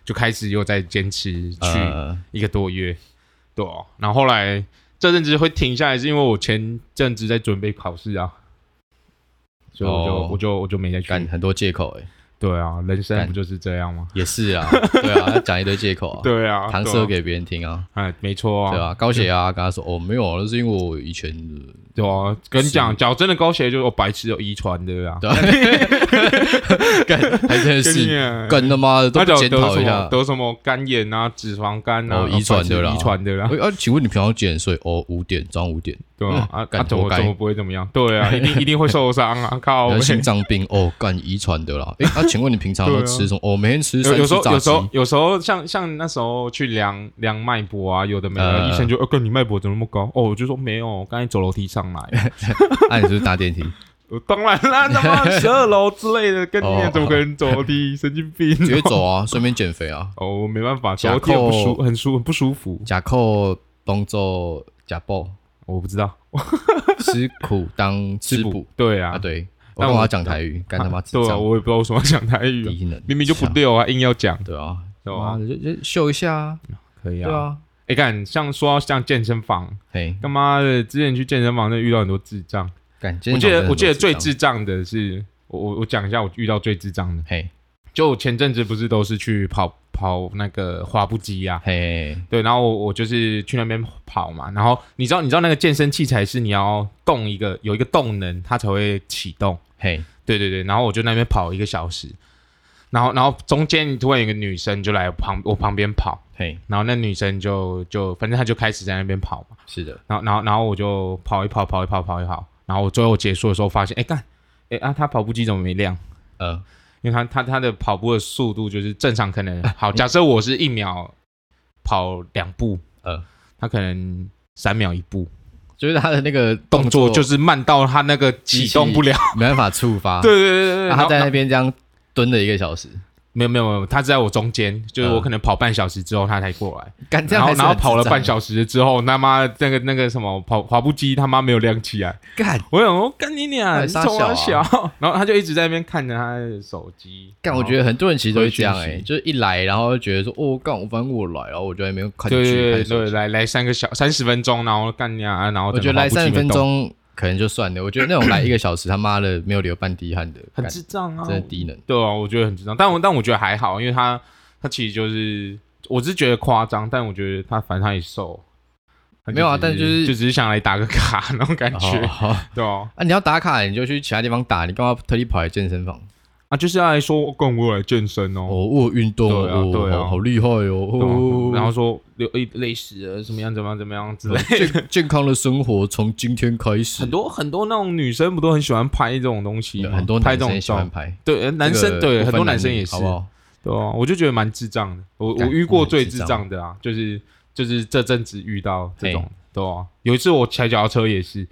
Speaker 2: 就开始又在坚持去
Speaker 1: 呃，
Speaker 2: 一个多月，对哦、然后后来这阵子会停下来，是因为我前阵子在准备考试啊，所以我就、
Speaker 1: 哦
Speaker 2: 我就我就没再去。
Speaker 1: 干很多借口哎、
Speaker 2: 对啊，人生
Speaker 1: 干
Speaker 2: 不就是这样吗？
Speaker 1: 也是
Speaker 2: <laughs>
Speaker 1: 啊，对啊，要讲一堆借口啊，
Speaker 2: 对啊，
Speaker 1: 搪
Speaker 2: 对
Speaker 1: 塞
Speaker 2: 啊
Speaker 1: 给别人听啊，
Speaker 2: 哎，没错啊，
Speaker 1: 对啊，高血压跟他说哦没有啊，那是因为我以前的
Speaker 2: 对啊，跟你讲，脚真的高血压就是我白痴有遗传的啊，
Speaker 1: 对啊，干还真的
Speaker 2: <laughs> 跟你
Speaker 1: 是
Speaker 2: 讲
Speaker 1: 干他妈的都
Speaker 2: 啊他
Speaker 1: 不
Speaker 2: 脚
Speaker 1: 检
Speaker 2: 得
Speaker 1: 讨
Speaker 2: 什
Speaker 1: 一下
Speaker 2: 么。得什么肝炎啊、脂肪肝啊
Speaker 1: 哦，遗传的啦
Speaker 2: 白痴遗传的啦，
Speaker 1: 哎啊，请问你平常几点睡？哦，五点，早上五点。
Speaker 2: 对啊，啊，
Speaker 1: <laughs> 干
Speaker 2: 啊怎
Speaker 1: 活
Speaker 2: 么
Speaker 1: 该
Speaker 2: 怎么不会怎么样？对啊，一定一定会受伤
Speaker 1: <laughs>
Speaker 2: 啊，靠
Speaker 1: 然
Speaker 2: 背！
Speaker 1: 后心脏病哦，干遗传的
Speaker 2: <laughs>
Speaker 1: 啦。哎，啊，请问你平常都
Speaker 2: 对啊
Speaker 1: 吃什么？哦，每天吃
Speaker 2: 有
Speaker 1: 三
Speaker 2: 有
Speaker 1: 只
Speaker 2: 时候
Speaker 1: 炸
Speaker 2: 有时
Speaker 1: 鸡。
Speaker 2: 候有时候像像那时候去量量脉搏啊，有的没的，
Speaker 1: 呃
Speaker 2: 医生就呃，哥你脉搏怎么那么高？哦，我就说没有，我刚才走楼梯上
Speaker 1: <laughs>
Speaker 2: 来。
Speaker 1: <laughs> 啊，你是不是搭
Speaker 2: <laughs>
Speaker 1: 电梯？
Speaker 2: 我当然啦，他妈十二楼之类的，跟
Speaker 1: <laughs> 哦
Speaker 2: 你怎么可能走楼梯？神经病！
Speaker 1: 直接走啊，顺便减肥啊。
Speaker 2: <laughs> 哦，我没办法，走
Speaker 1: 假
Speaker 2: 楼梯很不舒
Speaker 1: 扣
Speaker 2: 很舒很不舒服。
Speaker 1: 假扣动作假爆，
Speaker 2: 我不知道
Speaker 1: 吃苦当吃补
Speaker 2: 补对
Speaker 1: 啊。
Speaker 2: 啊，
Speaker 1: 对，我
Speaker 2: 但
Speaker 1: 干
Speaker 2: 我
Speaker 1: 嘛要讲台语？干他妈智
Speaker 2: 对啊，
Speaker 1: 障
Speaker 2: 我也不知道为什么要讲台语啊，
Speaker 1: 低能，
Speaker 2: 明明就不
Speaker 1: 智障。
Speaker 2: 对啊，硬要讲，
Speaker 1: 对啊，
Speaker 2: 对
Speaker 1: 妈
Speaker 2: 吧？
Speaker 1: 的就就秀一下啊。
Speaker 2: 可以
Speaker 1: 对
Speaker 2: 啊。
Speaker 1: 啊，
Speaker 2: 哎，干，像说到像健身房，
Speaker 1: 嘿，
Speaker 2: 他妈的，之前去健身房就遇到很多智障。
Speaker 1: 感觉
Speaker 2: 我记得我记得最智障的是，我我我讲一下我遇到最智障的，
Speaker 1: 嘿
Speaker 2: 就我前阵子不是都是去跑跑那个滑步机啊，
Speaker 1: 嘿
Speaker 2: 对，然后我我就是去那边跑嘛，然后你知道你知道那个健身器材是你要动一个有一个动能它才会启动，
Speaker 1: 嘿，
Speaker 2: 对对对，然后我就那边跑一个小时，然后然后中间突然有一个女生就来旁我旁边跑，
Speaker 1: 嘿，
Speaker 2: 然后那女生就就反正她就开始在那边跑嘛。
Speaker 1: 是的，
Speaker 2: 然后然后然后我就跑一跑，跑一跑，跑一跑，然后我最后结束的时候发现，哎干，哎啊，他跑步机怎么没亮？
Speaker 1: 呃，
Speaker 2: 因为他他他的跑步的速度就是正常，
Speaker 1: <laughs>
Speaker 2: 可能好，假设我是一秒跑两步，
Speaker 1: 呃，
Speaker 2: 他可能三秒一步，
Speaker 1: 就是他的那个
Speaker 2: 动作就是是慢到他那个
Speaker 1: 机
Speaker 2: 启
Speaker 1: 器
Speaker 2: 动不了。
Speaker 1: 没办法触发，
Speaker 2: 对对对对对，
Speaker 1: 然后他在
Speaker 2: 然
Speaker 1: 那边这样蹲了一个小时，
Speaker 2: 没有没有没有，他在我中间，就是我
Speaker 1: 嗯
Speaker 2: 可能跑半小时之后他才过来，
Speaker 1: 干这样
Speaker 2: 然后
Speaker 1: 还是
Speaker 2: 然后跑了半
Speaker 1: 时，
Speaker 2: 小时之后，他妈那个那个什么跑跑步机他妈没有亮起来。
Speaker 1: 干
Speaker 2: 我想说干你
Speaker 1: 哎
Speaker 2: 娘，你
Speaker 1: 傻
Speaker 2: 冲我
Speaker 1: 小啊
Speaker 2: 小，然后他就一直在那边看着他的手机。
Speaker 1: 干，我觉
Speaker 2: 得
Speaker 1: 得很多人其实都会这样
Speaker 2: 回讯息
Speaker 1: 哎，就是一来然后就觉得说哦干，我反正我来，然后我就在那边看
Speaker 2: 对对
Speaker 1: 剧
Speaker 2: 对
Speaker 1: 看手
Speaker 2: 对，
Speaker 1: 机，
Speaker 2: 来来三个小三十分钟，然后干你娘，啊然后
Speaker 1: 我
Speaker 2: 整
Speaker 1: 觉
Speaker 2: 个
Speaker 1: 得来
Speaker 2: 跑步机
Speaker 1: 三十分
Speaker 2: 没动，
Speaker 1: 钟可能就算了，我觉得那种来一个小时他妈的没有流半滴汗的，
Speaker 2: 很
Speaker 1: 干
Speaker 2: 智障啊，
Speaker 1: 真的低能，
Speaker 2: 对啊，我觉得很智障，但我但我觉得还好，因为他他其实就是我是觉得夸张，但我觉得他反正他也瘦。他
Speaker 1: 没有啊
Speaker 2: 只
Speaker 1: 但就是
Speaker 2: 就只是想来打个卡 <laughs> 那种感觉，
Speaker 1: 哦
Speaker 2: 对哦
Speaker 1: 啊，你要打卡，你就去其他地方打，你干嘛特地跑来健身房？
Speaker 2: 啊，就是要来说我跟我来健身哦，
Speaker 1: 哦，我有运动
Speaker 2: 对啊
Speaker 1: 哦，
Speaker 2: 对啊
Speaker 1: 好好厉害
Speaker 2: 对啊
Speaker 1: 哦，
Speaker 2: 然后说累累死了，怎么样怎么样怎么样之类的 <laughs>
Speaker 1: 健健康的生活从今天开始，
Speaker 2: 很多很多那种女生不都很喜欢拍这种东西
Speaker 1: 有
Speaker 2: 吗？
Speaker 1: 很多
Speaker 2: 拍
Speaker 1: 男
Speaker 2: 这
Speaker 1: 生
Speaker 2: 种
Speaker 1: 也喜欢
Speaker 2: 照，
Speaker 1: 拍，
Speaker 2: 对，呃男生
Speaker 1: 这个
Speaker 2: 对
Speaker 1: 不
Speaker 2: 很
Speaker 1: 分
Speaker 2: 多男
Speaker 1: 女
Speaker 2: 生也是，
Speaker 1: 好不好？
Speaker 2: 对啊，我就觉得蛮智障的。我我
Speaker 1: 干
Speaker 2: 遇过最
Speaker 1: 真
Speaker 2: 智
Speaker 1: 的很智
Speaker 2: 障的啊，就是就是这阵子遇到这种
Speaker 1: 嘿，
Speaker 2: 对啊，有一次我踩脚踏车也是，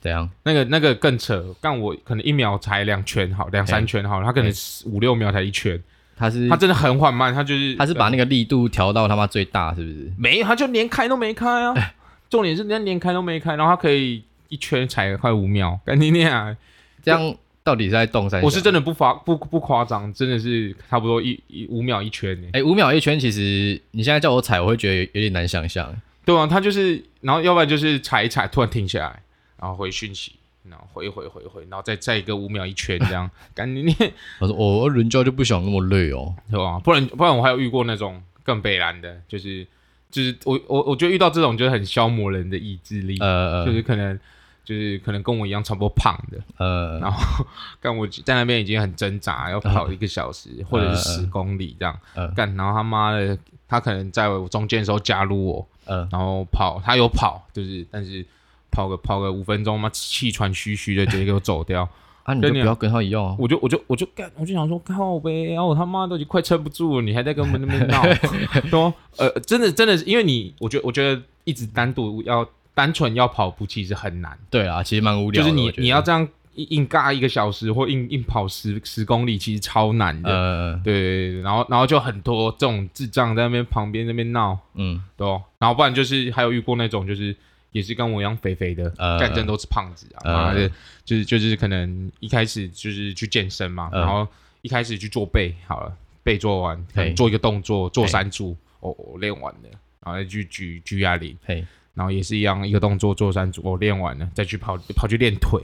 Speaker 1: 怎样？
Speaker 2: 那个那个更扯，但我可能一秒踩两圈好，两三圈好了，他可能五六秒才一圈，
Speaker 1: 他是
Speaker 2: 他真的很缓慢，他就是
Speaker 1: 他是把那个力度调到他妈最大，是不是？
Speaker 2: 没有，他就连开都没开啊。
Speaker 1: 哎
Speaker 2: 重点是人家连开都没开，然后他可以一圈踩快五秒，赶紧念啊！
Speaker 1: 这样到底是在动三小？
Speaker 2: 我是真
Speaker 1: 的，
Speaker 2: 的不发不不夸张，真的是差不多一一五秒一圈呢。
Speaker 1: 哎，五秒一圈，其实你现在叫我踩，我会觉得有有点难想象。
Speaker 2: 对啊，他就是，然后要不然就是踩一踩，突然停下来，然后回讯息，然后回回回回，然后再再一个五秒一圈这样， <laughs> 赶紧念，
Speaker 1: 他说：“哦，人家就不想那么累哦。
Speaker 2: 对吧、啊不然不然我还有遇过那种更北蓝的，就是就是我我我觉得遇到这种就是很消磨人的意志力，”
Speaker 1: 呃
Speaker 2: 就是可能。就是可能跟我一样差不多胖的，
Speaker 1: 呃
Speaker 2: 然后干我在那边已经很挣扎，要跑一个小时或者是十公里这样
Speaker 1: 呃，
Speaker 2: 干，然后他妈的，他可能在我中间的时候加入我，
Speaker 1: 呃
Speaker 2: 然后跑，他有跑，就是但是跑个跑个五分钟嘛，气喘吁吁的，直接给我走掉。
Speaker 1: 啊，你就
Speaker 2: 跟
Speaker 1: 不
Speaker 2: 你
Speaker 1: 要跟他一样哦。
Speaker 2: 我就我就我就干，我就想说靠呗，然后我他妈都已经快撑不住了，你还在跟我们那边闹，对哦呃，真的真的是因为你，我觉得我觉得一直单独要单纯要跑步其实很难，
Speaker 1: 对啊，其实蛮无聊
Speaker 2: 就
Speaker 1: 的。
Speaker 2: 是你
Speaker 1: 我觉得
Speaker 2: 你要这样硬硬尬一个小时或硬硬跑十十公里，其实超难的。
Speaker 1: 呃，
Speaker 2: 对对对，然后然后就很多这种智障在那边旁边那边闹，
Speaker 1: 嗯，
Speaker 2: 对哦。然后不然就是还有遇过那种就是也是跟我一样肥肥的，
Speaker 1: 呃
Speaker 2: 战争都是胖子啊，
Speaker 1: 呃
Speaker 2: 妈的，就是就是可能一开始就是去健身嘛，
Speaker 1: 呃
Speaker 2: 然后一开始去做背好了，背做完可
Speaker 1: 嘿
Speaker 2: 能做一个动作做三组，哦我练完了，然后再去举举哑铃，
Speaker 1: 嘿，
Speaker 2: 然后也是一样一个动作做三组，我练完了再去跑跑去练腿。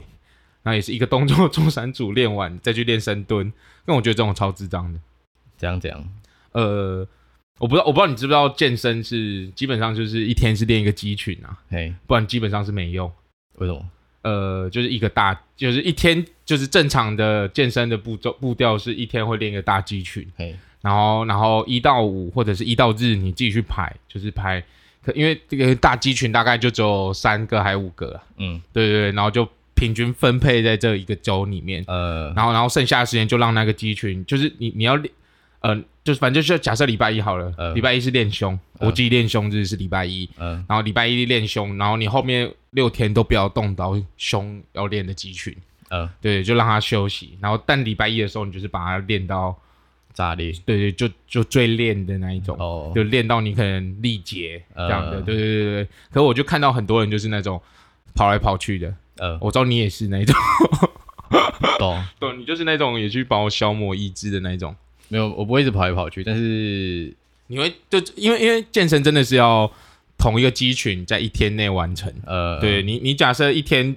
Speaker 2: 然后也是一个动作做三组，练完再去练深蹲。那我觉得这种超智障的。
Speaker 1: 这样这样，
Speaker 2: 呃，我不知道，我不知道你知不知道，健身是基本上就是一天是练一个肌群啊，
Speaker 1: 嘿，
Speaker 2: 不然基本上是没用。
Speaker 1: 为什么？
Speaker 2: 呃，就是一个大，就是一天就是正常的健身的步骤步调是一天会练一个大肌群，
Speaker 1: 嘿，
Speaker 2: 然后然后一到五或者是一到日你自己去排，就是排，可因为这个大肌群大概就只有三个还五个啊，
Speaker 1: 嗯，
Speaker 2: 对对对，然后就平均分配在这一个周里面，
Speaker 1: 呃，
Speaker 2: 然后然后剩下的时间就让那个肌群，就是你你要练，呃，就是反正就是假设礼拜一好了，
Speaker 1: 嗯
Speaker 2: 礼拜一是练胸，
Speaker 1: 嗯
Speaker 2: 我自己练胸日是礼拜一，
Speaker 1: 呃，
Speaker 2: 然后礼拜一练胸，然后你后面六天都不要动到胸要练的肌群，
Speaker 1: 呃，
Speaker 2: 对，就让它休息。然后但礼拜一的时候，你就是把它练到，
Speaker 1: 炸裂，
Speaker 2: 对对，就就最练的那一种。
Speaker 1: 哦，
Speaker 2: 就练到你可能力竭这样的，
Speaker 1: 嗯
Speaker 2: 对对对对。可我就看到很多人就是那种跑来跑去的，
Speaker 1: 呃，
Speaker 2: 我知道你也是那一种， <laughs>
Speaker 1: 懂，
Speaker 2: 对，你就是那种也去帮我消磨意志的那一种。
Speaker 1: 没有，我不会一直跑来跑去，但是
Speaker 2: 你会就因为因为健身真的是要同一个肌群在一天内完成。
Speaker 1: 呃，
Speaker 2: 对你，你假设一天，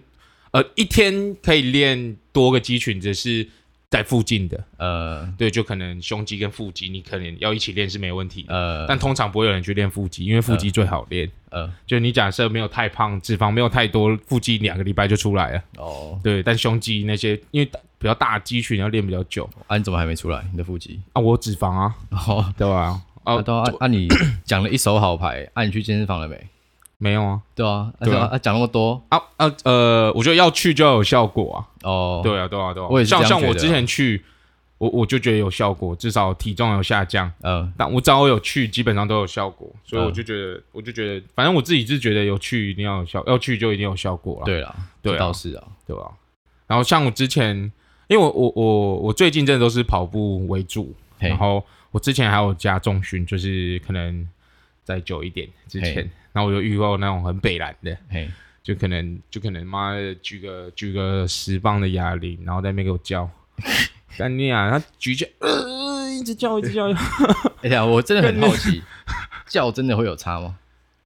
Speaker 2: 呃，一天可以练多个肌群，只是在附近的，
Speaker 1: 呃，
Speaker 2: 对，就可能胸肌跟腹肌，你可能要一起练是没问题的。
Speaker 1: 呃，
Speaker 2: 但通常不会有人去练腹肌，因为腹肌最好练。
Speaker 1: 呃，
Speaker 2: 就你假设没有太胖，脂肪没有太多，腹肌两个礼拜就出来了。
Speaker 1: 哦，
Speaker 2: 对，但胸肌那些，因为大比较大的肌群要练比较久
Speaker 1: 啊，你怎么还没出来？你的腹肌？
Speaker 2: 啊，我有脂肪啊，
Speaker 1: 哦，
Speaker 2: 对吧？哦、
Speaker 1: 啊，对啊，啊，你讲了一手好牌，啊，你去健身房了没？
Speaker 2: 没有啊，
Speaker 1: 对啊，啊
Speaker 2: 对啊
Speaker 1: 啊，讲那么多，
Speaker 2: 啊啊呃，我觉得要去就要有效果啊。
Speaker 1: 哦，
Speaker 2: 对啊，对啊，对啊。
Speaker 1: 我也是这样
Speaker 2: 像像我
Speaker 1: 觉得
Speaker 2: 之前去，我我就觉得有效果，至少体重有下降。
Speaker 1: 呃，
Speaker 2: 但我只要有去，基本上都有效果，所以
Speaker 1: 嗯
Speaker 2: 我就觉得，我就觉得，反正我自己是觉得有去一定要有效，要去就一定有效果了，
Speaker 1: 对啦，
Speaker 2: 对
Speaker 1: 这
Speaker 2: 啊
Speaker 1: 倒是啊，
Speaker 2: 对吧？然后像我之前，因为我我我我最近真的都是跑步为主，
Speaker 1: 嘿
Speaker 2: 然后我之前还有加重训，就是可能再久一点之前
Speaker 1: 嘿，
Speaker 2: 然后我就遇到那种很北蓝的，
Speaker 1: 嘿，
Speaker 2: 就可能就可能妈的举个举个十磅的哑铃，然后在那边给我
Speaker 1: <laughs>
Speaker 2: 叫，干你啊！他举起来，呃，一直叫一 <laughs> 直叫，
Speaker 1: 哎呀，我真的很好
Speaker 2: <laughs>
Speaker 1: 奇，叫真的会有差吗？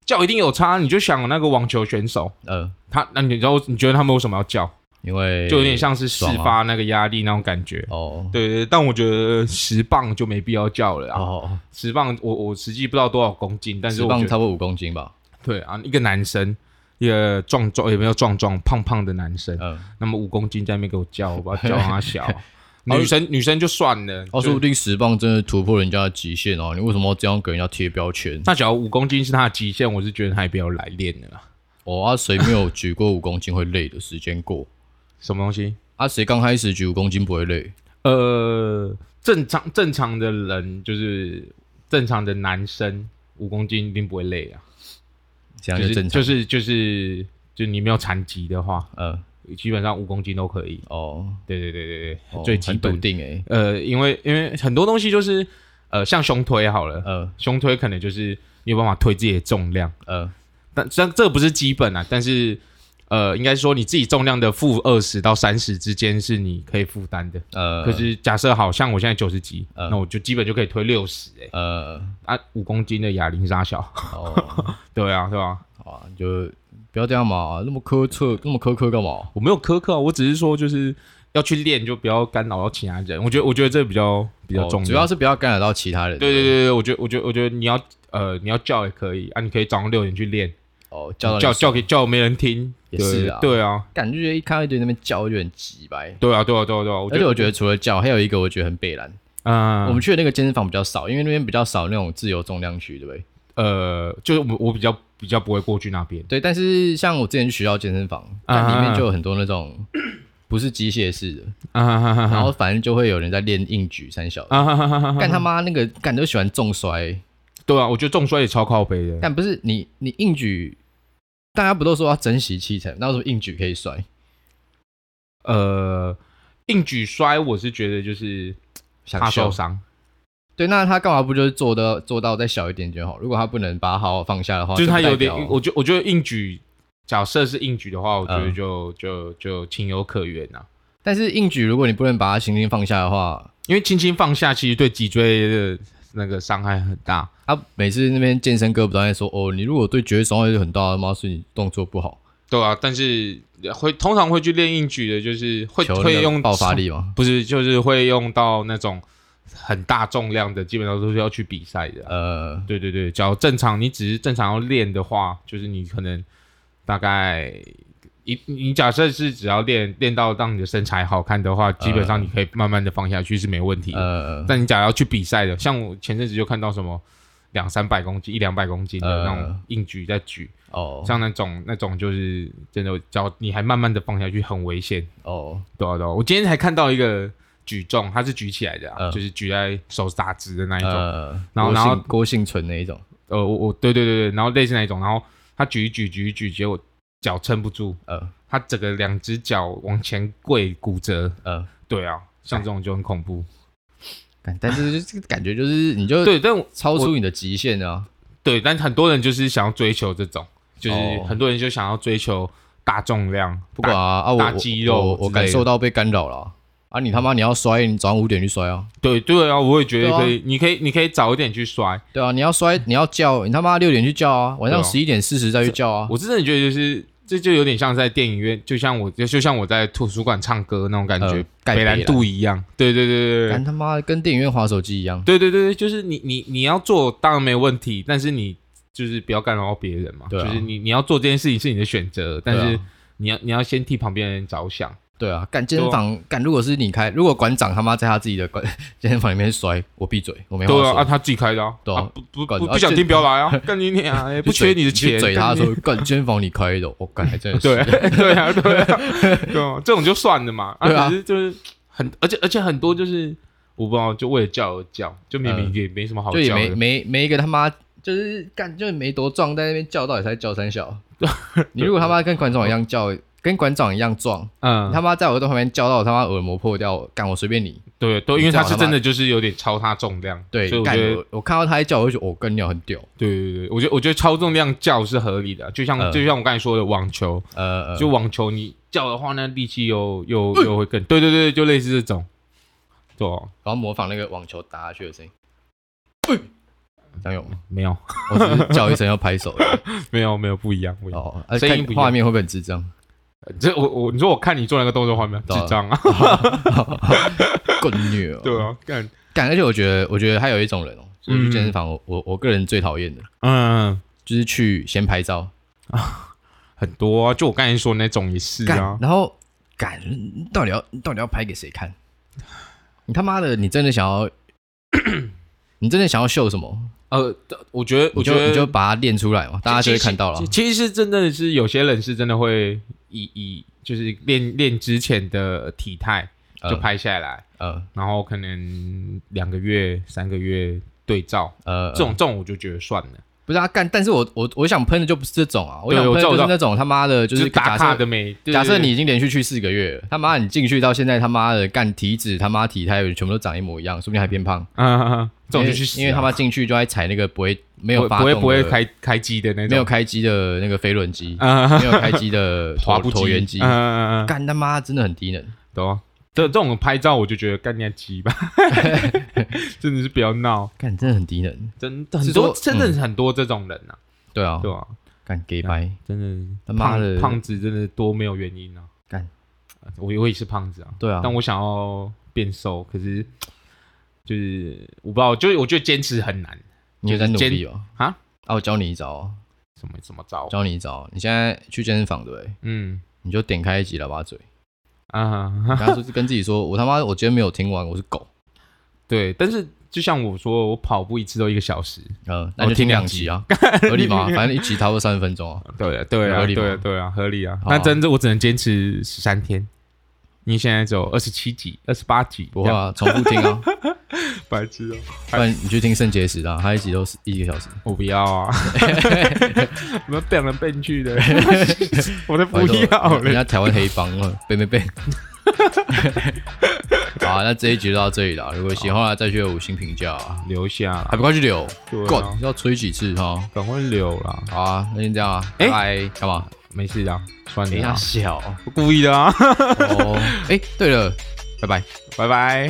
Speaker 2: 叫一定有差。你就想那个网球选手，
Speaker 1: 呃，
Speaker 2: 他那你知道你觉得他们为什么要叫？
Speaker 1: 因为
Speaker 2: 就有点像是释
Speaker 1: 爽啊
Speaker 2: 发那个压力那种感觉。
Speaker 1: 哦，
Speaker 2: 对对，对但我觉得十磅就没必要叫了啊！
Speaker 1: 哦，
Speaker 2: 十磅，我我实际不知道多少公斤，但是
Speaker 1: 十
Speaker 2: 我
Speaker 1: 磅
Speaker 2: 觉
Speaker 1: 差
Speaker 2: 得
Speaker 1: 不多五公斤吧，
Speaker 2: 对啊，一个男生，一个壮壮有没有壮壮胖胖的男生，
Speaker 1: 嗯，
Speaker 2: 那么五公斤在那边给我叫，我把
Speaker 1: <laughs>
Speaker 2: 他叫他小。女生女生就算了，
Speaker 1: 哦，
Speaker 2: 就
Speaker 1: 说不定十磅真的突破人家的极限哦，你为什么要这样给人家贴标签？
Speaker 2: 那假如五公斤是他的极限，我是觉得他也不要来练了啦。
Speaker 1: 哦，啊，谁没有举过五公斤会累的时间过？
Speaker 2: 什么东西？
Speaker 1: 啊，谁刚开始举五公斤不会累？
Speaker 2: 呃，正常正常的人就是正常的男生，五公斤一定不会累啊。
Speaker 1: 这样就
Speaker 2: 就
Speaker 1: 是正常。
Speaker 2: 就是就是就你没有残疾的话，
Speaker 1: 呃，
Speaker 2: 基本上五公斤都可以。
Speaker 1: 哦，
Speaker 2: 对对对对对，
Speaker 1: 哦
Speaker 2: 最基
Speaker 1: 很笃
Speaker 2: 本。
Speaker 1: 定诶。
Speaker 2: 呃，因为因为很多东西就是呃，像胸推好了，
Speaker 1: 呃
Speaker 2: 胸推可能就是你有办法推自己的重量。
Speaker 1: 呃
Speaker 2: 但虽然这个不是基本啊，但是呃，应该说你自己重量的负二十到三十之间是你可以负担的。
Speaker 1: 呃，
Speaker 2: 可是假设好像我现在九十几，
Speaker 1: 呃
Speaker 2: 那我就基本就可以推六十哎，
Speaker 1: 呃，
Speaker 2: 啊五公斤的哑铃杀 <laughs> 小，
Speaker 1: 哦，
Speaker 2: 对啊对啊，
Speaker 1: 好啊，就不要这样嘛，那么苛刻，那么苛刻干嘛？
Speaker 2: 我没有苛刻啊，我只是说就是要去练，就不要干扰到其他人。我觉得我觉得这比较比较
Speaker 1: 哦
Speaker 2: 重要，
Speaker 1: 主要是不要干扰到其他人。
Speaker 2: 对对对对，我觉得我觉得我觉得你要呃你要叫也可以啊，你可以早上六点去练，
Speaker 1: 哦，叫到
Speaker 2: 叫
Speaker 1: 叫
Speaker 2: 叫给叫没人听，
Speaker 1: 也
Speaker 2: 对
Speaker 1: 是啊
Speaker 2: 对啊
Speaker 1: 感觉一看到一堆人在那边叫，我就很急白。
Speaker 2: 对啊对啊对啊对啊，我
Speaker 1: 而
Speaker 2: 觉
Speaker 1: 且
Speaker 2: 得
Speaker 1: 我觉得除了叫，还有一个我觉得很北蓝。
Speaker 2: 嗯
Speaker 1: 我们去的那个健身房比较少，因为那边比较少那种自由重量区，对不对？
Speaker 2: 呃，就是我我比较比较不会过去那边。
Speaker 1: 对，但是像我之前去学校健身房，
Speaker 2: 啊
Speaker 1: 但里面就有很多那种不是机械式的，
Speaker 2: 啊哈哈
Speaker 1: 然
Speaker 2: <laughs> 哈！
Speaker 1: 后反正就会有人在练硬举三小时。
Speaker 2: 啊哈哈哈哈！
Speaker 1: 干他妈那个干都喜欢重摔，
Speaker 2: <laughs> 对啊，我觉得重摔也超靠背的。
Speaker 1: 但不是你你硬举，大家不都说要珍惜器材，那为什么硬举可以摔？
Speaker 2: 呃，硬举摔，我是觉得就是
Speaker 1: 想
Speaker 2: 怕
Speaker 1: 笑
Speaker 2: 受伤，
Speaker 1: 对，那他干嘛不就是做到做到再小一点就好？如果他不能把它好好放下的话，
Speaker 2: 就是
Speaker 1: 就
Speaker 2: 他
Speaker 1: 哦不代
Speaker 2: 有点
Speaker 1: 表，
Speaker 2: 我觉我觉得硬举，假设是硬举的话，我觉得
Speaker 1: 嗯
Speaker 2: 就、就就情有可原啊。
Speaker 1: 但是硬举，如果你不能把它轻轻放下的话，
Speaker 2: 因为轻轻放下，其实对脊椎的那个伤害很大。
Speaker 1: 他每次那边健身哥不断在说哦，你如果对绝对伤害是很大的，妈是你动作不好，
Speaker 2: 对啊，但是会通常会去练硬举的，就是会
Speaker 1: 求那
Speaker 2: 会
Speaker 1: 个
Speaker 2: 用
Speaker 1: 爆发，力嘛。
Speaker 2: 不是就是会用到那种很大重量的，基本上都是要去比赛的啊、
Speaker 1: 呃，
Speaker 2: 对对对，假如正常你只是正常要练的话，就是你可能大概一你假设是只要练练到让你的身材好看的话，基本上你可以慢慢的放下去是没问题的。
Speaker 1: 呃，
Speaker 2: 但你假如要去比赛的，像我前阵子就看到什么两三百公斤、一两百公斤的
Speaker 1: 呃
Speaker 2: 那种硬举在举，
Speaker 1: 哦，
Speaker 2: 像那种那种就是真的，只要你还慢慢的放下去，很危险。
Speaker 1: 哦，
Speaker 2: 对啊对啊，我今天还看到一个举重，它是举起来的、啊，
Speaker 1: 呃
Speaker 2: 就是举在手打直的那一种。
Speaker 1: 呃，
Speaker 2: 然后
Speaker 1: 郭
Speaker 2: 然后
Speaker 1: 姓郭姓存那一种，
Speaker 2: 呃，我我对对对对，然后类似那一种，然后他举一举举一举，结果脚撑不住，
Speaker 1: 呃
Speaker 2: 他整个两只脚往前跪骨折。
Speaker 1: 呃，
Speaker 2: 对啊，像这种就很恐怖。
Speaker 1: 但但是就是感觉就是你就
Speaker 2: 对，但我
Speaker 1: 超出你的极限啊，
Speaker 2: 对，但很多人就是想要追求这种，就是
Speaker 1: 哦
Speaker 2: 很多人就想要追求大重量，
Speaker 1: 不管
Speaker 2: 大
Speaker 1: 啊啊，我
Speaker 2: 打
Speaker 1: 我
Speaker 2: 肌肉
Speaker 1: 我我
Speaker 2: 之
Speaker 1: 感
Speaker 2: 类的
Speaker 1: 受到被干扰了啊啊，你他妈你要摔，你早上五点去摔啊，
Speaker 2: 对对啊，我也觉
Speaker 1: 对
Speaker 2: 得
Speaker 1: 啊
Speaker 2: 可以，你可以你可以早一点去摔。
Speaker 1: 对啊，你要摔，你要叫，你他妈六点去叫啊，晚上
Speaker 2: 对啊
Speaker 1: 十一点四十再去叫啊。
Speaker 2: 我是真的觉得就是。这就有点像在电影院，就像我就就像我在图书馆唱歌那种感觉
Speaker 1: 呃，盖
Speaker 2: 北
Speaker 1: 北
Speaker 2: 兰
Speaker 1: 兰
Speaker 2: 度一样。对对对对对，
Speaker 1: 干他妈跟电影院划手机一样。
Speaker 2: 对对对对，就是你你你要做当然没问题，但是你就是不要干扰到别人嘛。
Speaker 1: 对啊
Speaker 2: 就是你你要做这件事情是你的选择，但
Speaker 1: 对
Speaker 2: 是
Speaker 1: 啊
Speaker 2: 你要你要先替旁边人着想。
Speaker 1: 对啊，干健身房，干如果是你开，如果馆长他妈在他自己的馆 <laughs> 健身房里面摔，我闭嘴，我没话
Speaker 2: 对
Speaker 1: 说。
Speaker 2: 啊，啊他自己开的啊，
Speaker 1: 对啊
Speaker 2: 啊不不
Speaker 1: 管
Speaker 2: 不
Speaker 1: 啊
Speaker 2: 不想
Speaker 1: 这
Speaker 2: 听不要来啊，干你娘啊，哎
Speaker 1: <laughs> 就
Speaker 2: 不
Speaker 1: 嘴
Speaker 2: 缺你的
Speaker 1: 就
Speaker 2: 钱，
Speaker 1: 嘴他
Speaker 2: 干你
Speaker 1: 说干健身房你开的，我干还真的是
Speaker 2: <laughs> 对对啊对啊对啊，这种就算了嘛。
Speaker 1: 对啊
Speaker 2: 啊，可是就是很而且而且很多就是我不知道，就为了叫而叫，就明明也没什么
Speaker 1: 嗯
Speaker 2: 好啊
Speaker 1: 就也
Speaker 2: 叫
Speaker 1: 没
Speaker 2: 的。
Speaker 1: 没没一个他妈就是干就是没多壮，在那边叫到底才叫三
Speaker 2: <laughs>
Speaker 1: 小。你如果他妈跟馆长一样叫，跟馆长一样壮，你
Speaker 2: 嗯
Speaker 1: 他，妈在我的旁边叫到我他妈耳膜破掉，干我随便你。
Speaker 2: 对对，因为
Speaker 1: 你叫
Speaker 2: 他
Speaker 1: 他
Speaker 2: 是
Speaker 1: 妈
Speaker 2: 真的就是有点超他重量，
Speaker 1: 对
Speaker 2: 所以，我
Speaker 1: 干
Speaker 2: 觉得
Speaker 1: 我我看到他一叫，我就觉得我哦干鸟很屌。
Speaker 2: 对对对，我觉得我觉得超重量叫是合理的，就像、
Speaker 1: 嗯
Speaker 2: 就像我刚才说的网球，
Speaker 1: 呃，呃
Speaker 2: 就网球你叫的话，那力气又又
Speaker 1: 嗯
Speaker 2: 又会更，对对对，就类似这种，对、哦，
Speaker 1: 然后模仿那个网球打下去的声音。这样有吗？
Speaker 2: 没有
Speaker 1: 我只是叫一声要拍手而
Speaker 2: <laughs>
Speaker 1: 已。
Speaker 2: 没有没有不一样，不一样。
Speaker 1: 哦，啊
Speaker 2: 声音
Speaker 1: 看
Speaker 2: 不一样
Speaker 1: 画面会不会很智
Speaker 2: <laughs>
Speaker 1: 障？
Speaker 2: 这我我你说我看你做那个动作画面，智
Speaker 1: 对啊
Speaker 2: 障啊， <laughs>
Speaker 1: 更虐哦！
Speaker 2: 对嗯啊，干，
Speaker 1: 干，而且我觉得，我觉得还有一种人哦，就是去健身房，我我我个人最讨厌的
Speaker 2: 嗯，
Speaker 1: 就是去先拍照，
Speaker 2: 很多、啊，就我刚才说的那种也是
Speaker 1: 干
Speaker 2: 啊，，
Speaker 1: 然后干，到底要到底要拍给谁看？你他妈的，你真的想要，你真的想要秀什么？
Speaker 2: 呃，我觉得
Speaker 1: 你
Speaker 2: 我觉
Speaker 1: 就
Speaker 2: 得
Speaker 1: 你就把它练出来嘛，大家就会看到了
Speaker 2: 其。其实真的是有些人是真的会以以就是练练之前的体态就
Speaker 1: 呃
Speaker 2: 拍下来。
Speaker 1: 呃
Speaker 2: 然后可能两个月、三个月对照，
Speaker 1: 呃，
Speaker 2: 这种这种我就觉得算了，
Speaker 1: 不是啊，干，但是我我我想喷的就不是这种啊，我
Speaker 2: 对
Speaker 1: 想
Speaker 2: 我
Speaker 1: 喷
Speaker 2: 知
Speaker 1: 的就是
Speaker 2: 道我知道
Speaker 1: 那种他妈的，就是是
Speaker 2: 打
Speaker 1: 假
Speaker 2: 卡
Speaker 1: 设
Speaker 2: 的美。对
Speaker 1: 假设
Speaker 2: 对
Speaker 1: 你已经连续去四个月了，他妈你进去到现在他妈的干体脂他妈体态全部都长一模一样，说不定还变胖。
Speaker 2: 对啊啊啊， <laughs> 这种就去死啊，
Speaker 1: 因为因为他妈进去就爱踩那个不会没有
Speaker 2: 不
Speaker 1: 发
Speaker 2: 不会
Speaker 1: 动
Speaker 2: 不会
Speaker 1: 的
Speaker 2: 开开机的那
Speaker 1: 没有
Speaker 2: 种，
Speaker 1: 开机的那个飞轮
Speaker 2: <laughs>
Speaker 1: 机， <laughs>
Speaker 2: 啊，
Speaker 1: 没有开机
Speaker 2: <laughs>
Speaker 1: 的
Speaker 2: 滑
Speaker 1: 椭
Speaker 2: 步
Speaker 1: 椭圆机，
Speaker 2: 嗯嗯嗯嗯，
Speaker 1: 干他妈真的很低能。
Speaker 2: 懂啊。这这种拍照我就觉得干掉鸡 <laughs> 吧，真的是不要闹，
Speaker 1: 干真的很低能，
Speaker 2: 真的
Speaker 1: 是
Speaker 2: 很多，
Speaker 1: 说
Speaker 2: 真的很多这种人啊，
Speaker 1: 对啊，
Speaker 2: 对吧？
Speaker 1: 干 gay 白，
Speaker 2: 真的
Speaker 1: 他妈
Speaker 2: 胖
Speaker 1: 的
Speaker 2: 胖子真的多没有原因啊！
Speaker 1: 干
Speaker 2: 呃，我我也是胖子啊，
Speaker 1: 对啊
Speaker 2: 但我想要变瘦，可是就是我不知道，就是我觉得坚持很难
Speaker 1: 你有在努
Speaker 2: 就是
Speaker 1: 力哦。
Speaker 2: 啊，
Speaker 1: 啊，我教你一招哦，
Speaker 2: 什么什么招
Speaker 1: 我，教你一招，哦你现在去健身房对不对？
Speaker 2: 嗯
Speaker 1: 你就点开一集喇叭嘴，
Speaker 2: 啊，
Speaker 1: 然
Speaker 2: 哈
Speaker 1: 后就是跟自己说，我他妈我今天没有听完，我是狗。
Speaker 2: 对，但是就像我说，我跑步一次都一个小时，
Speaker 1: 嗯，那你就听两集啊， <laughs> 合理吧？反正一集差不多三十分钟啊。
Speaker 2: 对啊对啊
Speaker 1: 合理吗
Speaker 2: 对啊对啊，合理啊。
Speaker 1: 好啊
Speaker 2: 那真的我只能坚持十三天。你现在只有二十七集、二十八集，
Speaker 1: <laughs> 不会啊， <laughs> 重复听啊，
Speaker 2: 这样白痴哦、
Speaker 1: 不然你去听肾结石的啊，它一集都是一个小 <laughs> 时。
Speaker 2: <laughs> 我不要啊！我们 <laughs> 变来变去的，我都不
Speaker 1: 拜托
Speaker 2: 要
Speaker 1: 人 <laughs>
Speaker 2: 了。
Speaker 1: 家台湾黑帮啊，被被被，好啊，那这一集就到这里了。如果喜欢的话，再去五星评价啊，
Speaker 2: 留下
Speaker 1: 还
Speaker 2: 啦，
Speaker 1: 不快去留
Speaker 2: 对啊
Speaker 1: ？God 要吹几次哈？
Speaker 2: 赶快留啦，
Speaker 1: 好啊，那先这样啊，拜
Speaker 2: 哎
Speaker 1: 拜，干嘛？嗯
Speaker 2: 没事啊，算
Speaker 1: 等一
Speaker 2: 你
Speaker 1: 下
Speaker 2: 啊，
Speaker 1: 笑
Speaker 2: 故意的啊，
Speaker 1: 哦。哎，对了，拜拜。
Speaker 2: 拜拜。